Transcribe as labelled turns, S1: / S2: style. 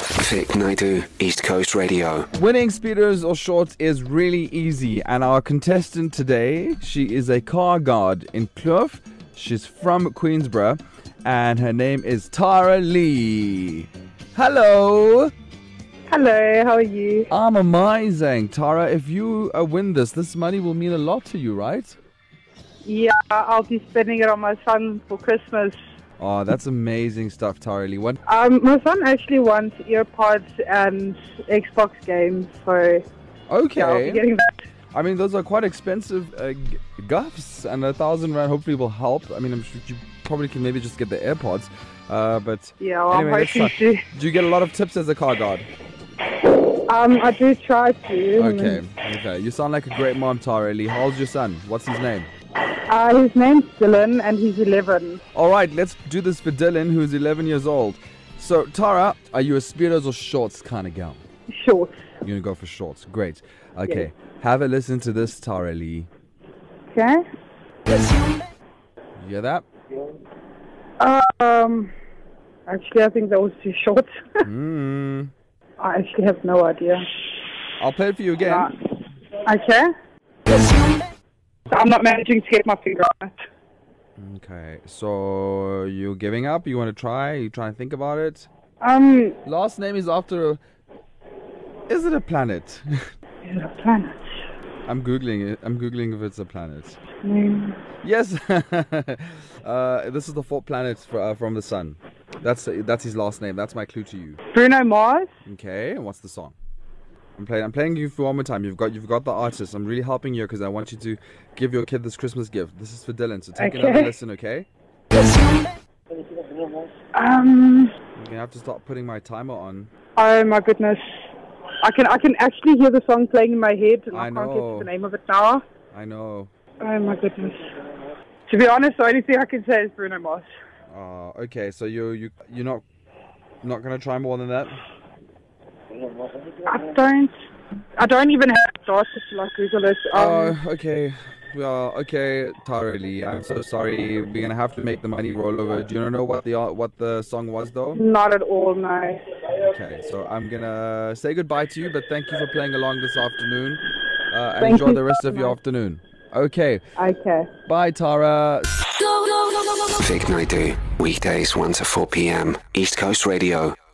S1: Traffic Naidu, East Coast Radio.
S2: Winning speedos or shorts is really easy, and our contestant today, she is a car guard in Kloof. She's from Queensborough, and her name is Tara Lee. Hello,
S3: Hello, how are you?
S2: I'm amazing, Tara. If you uh, win this, this money will mean a lot to you, right?
S3: Yeah, I'll be spending it on my son for Christmas.
S2: Oh, that's amazing stuff, Tara Lee. What?
S3: Um, my son actually wants earpods and Xbox games, so yeah, I'll be
S2: Okay.
S3: getting that.
S2: I mean, those are quite expensive uh, g- guffs, and a thousand rand hopefully will help. I mean, I'm sure you probably can maybe just get the AirPods, uh, but
S3: Yeah, well,
S2: Anyway,
S3: I'm
S2: that's
S3: hoping to.
S2: Do you get a lot of tips as a car guard?
S3: Um, I do try to.
S2: Okay, okay. You sound like a great mom, Tara Lee. How old's your son? What's his name?
S3: Uh, his name's Dylan, and he's 11.
S2: All right, let's do this for Dylan, who's 11 years old. So, Tara, are you a Speedos or shorts kind of gal?
S3: Short.
S2: You're gonna go for shorts. Great. Okay, have a listen to this, Tara Lee.
S3: Okay.
S2: You hear that?
S3: Um, actually, I think that was too short.
S2: Mm.
S3: I actually have no idea.
S2: I'll play it for you again.
S3: Uh, okay. I'm not managing to get my finger on it.
S2: Okay, so you giving up? You wanna try? You trying to think about it?
S3: Um,
S2: Last name is after a. Is it a planet?
S3: is it a planet?
S2: I'm googling it. I'm googling if it's a planet.
S3: Hmm.
S2: Yes. uh, this is the fourth planet fr- uh, from the sun. That's that's his last name. That's my clue to you.
S3: Bruno Mars?
S2: Okay. And what's the song? I'm playing. I'm playing you for one more time. You've got you've got the artist. I'm really helping you because I want you to give your kid this Christmas gift. This is for Dylan. So take another
S3: Okay.
S2: listen. Okay.
S3: Um,
S2: I'm gonna have to start putting my timer on.
S3: oh my goodness. I can I can actually hear the song playing in my head and
S2: I
S3: I, can't
S2: know.
S3: get the name of it now.
S2: I know.
S3: Oh my goodness. To be honest, the only thing I can say is Bruno Mars.
S2: Uh, okay. So you you you're not not gonna try more than that.
S3: I don't I don't even have data to like Google it.
S2: Oh,
S3: Um,
S2: okay. Well, okay, Tara Lee. I'm so sorry. We're gonna have to make the money roll over. Do you know what the uh, what the song was though?
S3: not at all, no.
S2: Okay, so I'm gonna say goodbye to you, but thank you for playing along this afternoon. Uh, and
S3: Thank
S2: enjoy
S3: you
S2: the rest
S3: so
S2: of your
S3: much.
S2: afternoon. Okay,
S3: Okay.
S2: bye, Tara.
S1: Traffic Naidu, weekdays 1 to 4 p.m. East Coast Radio.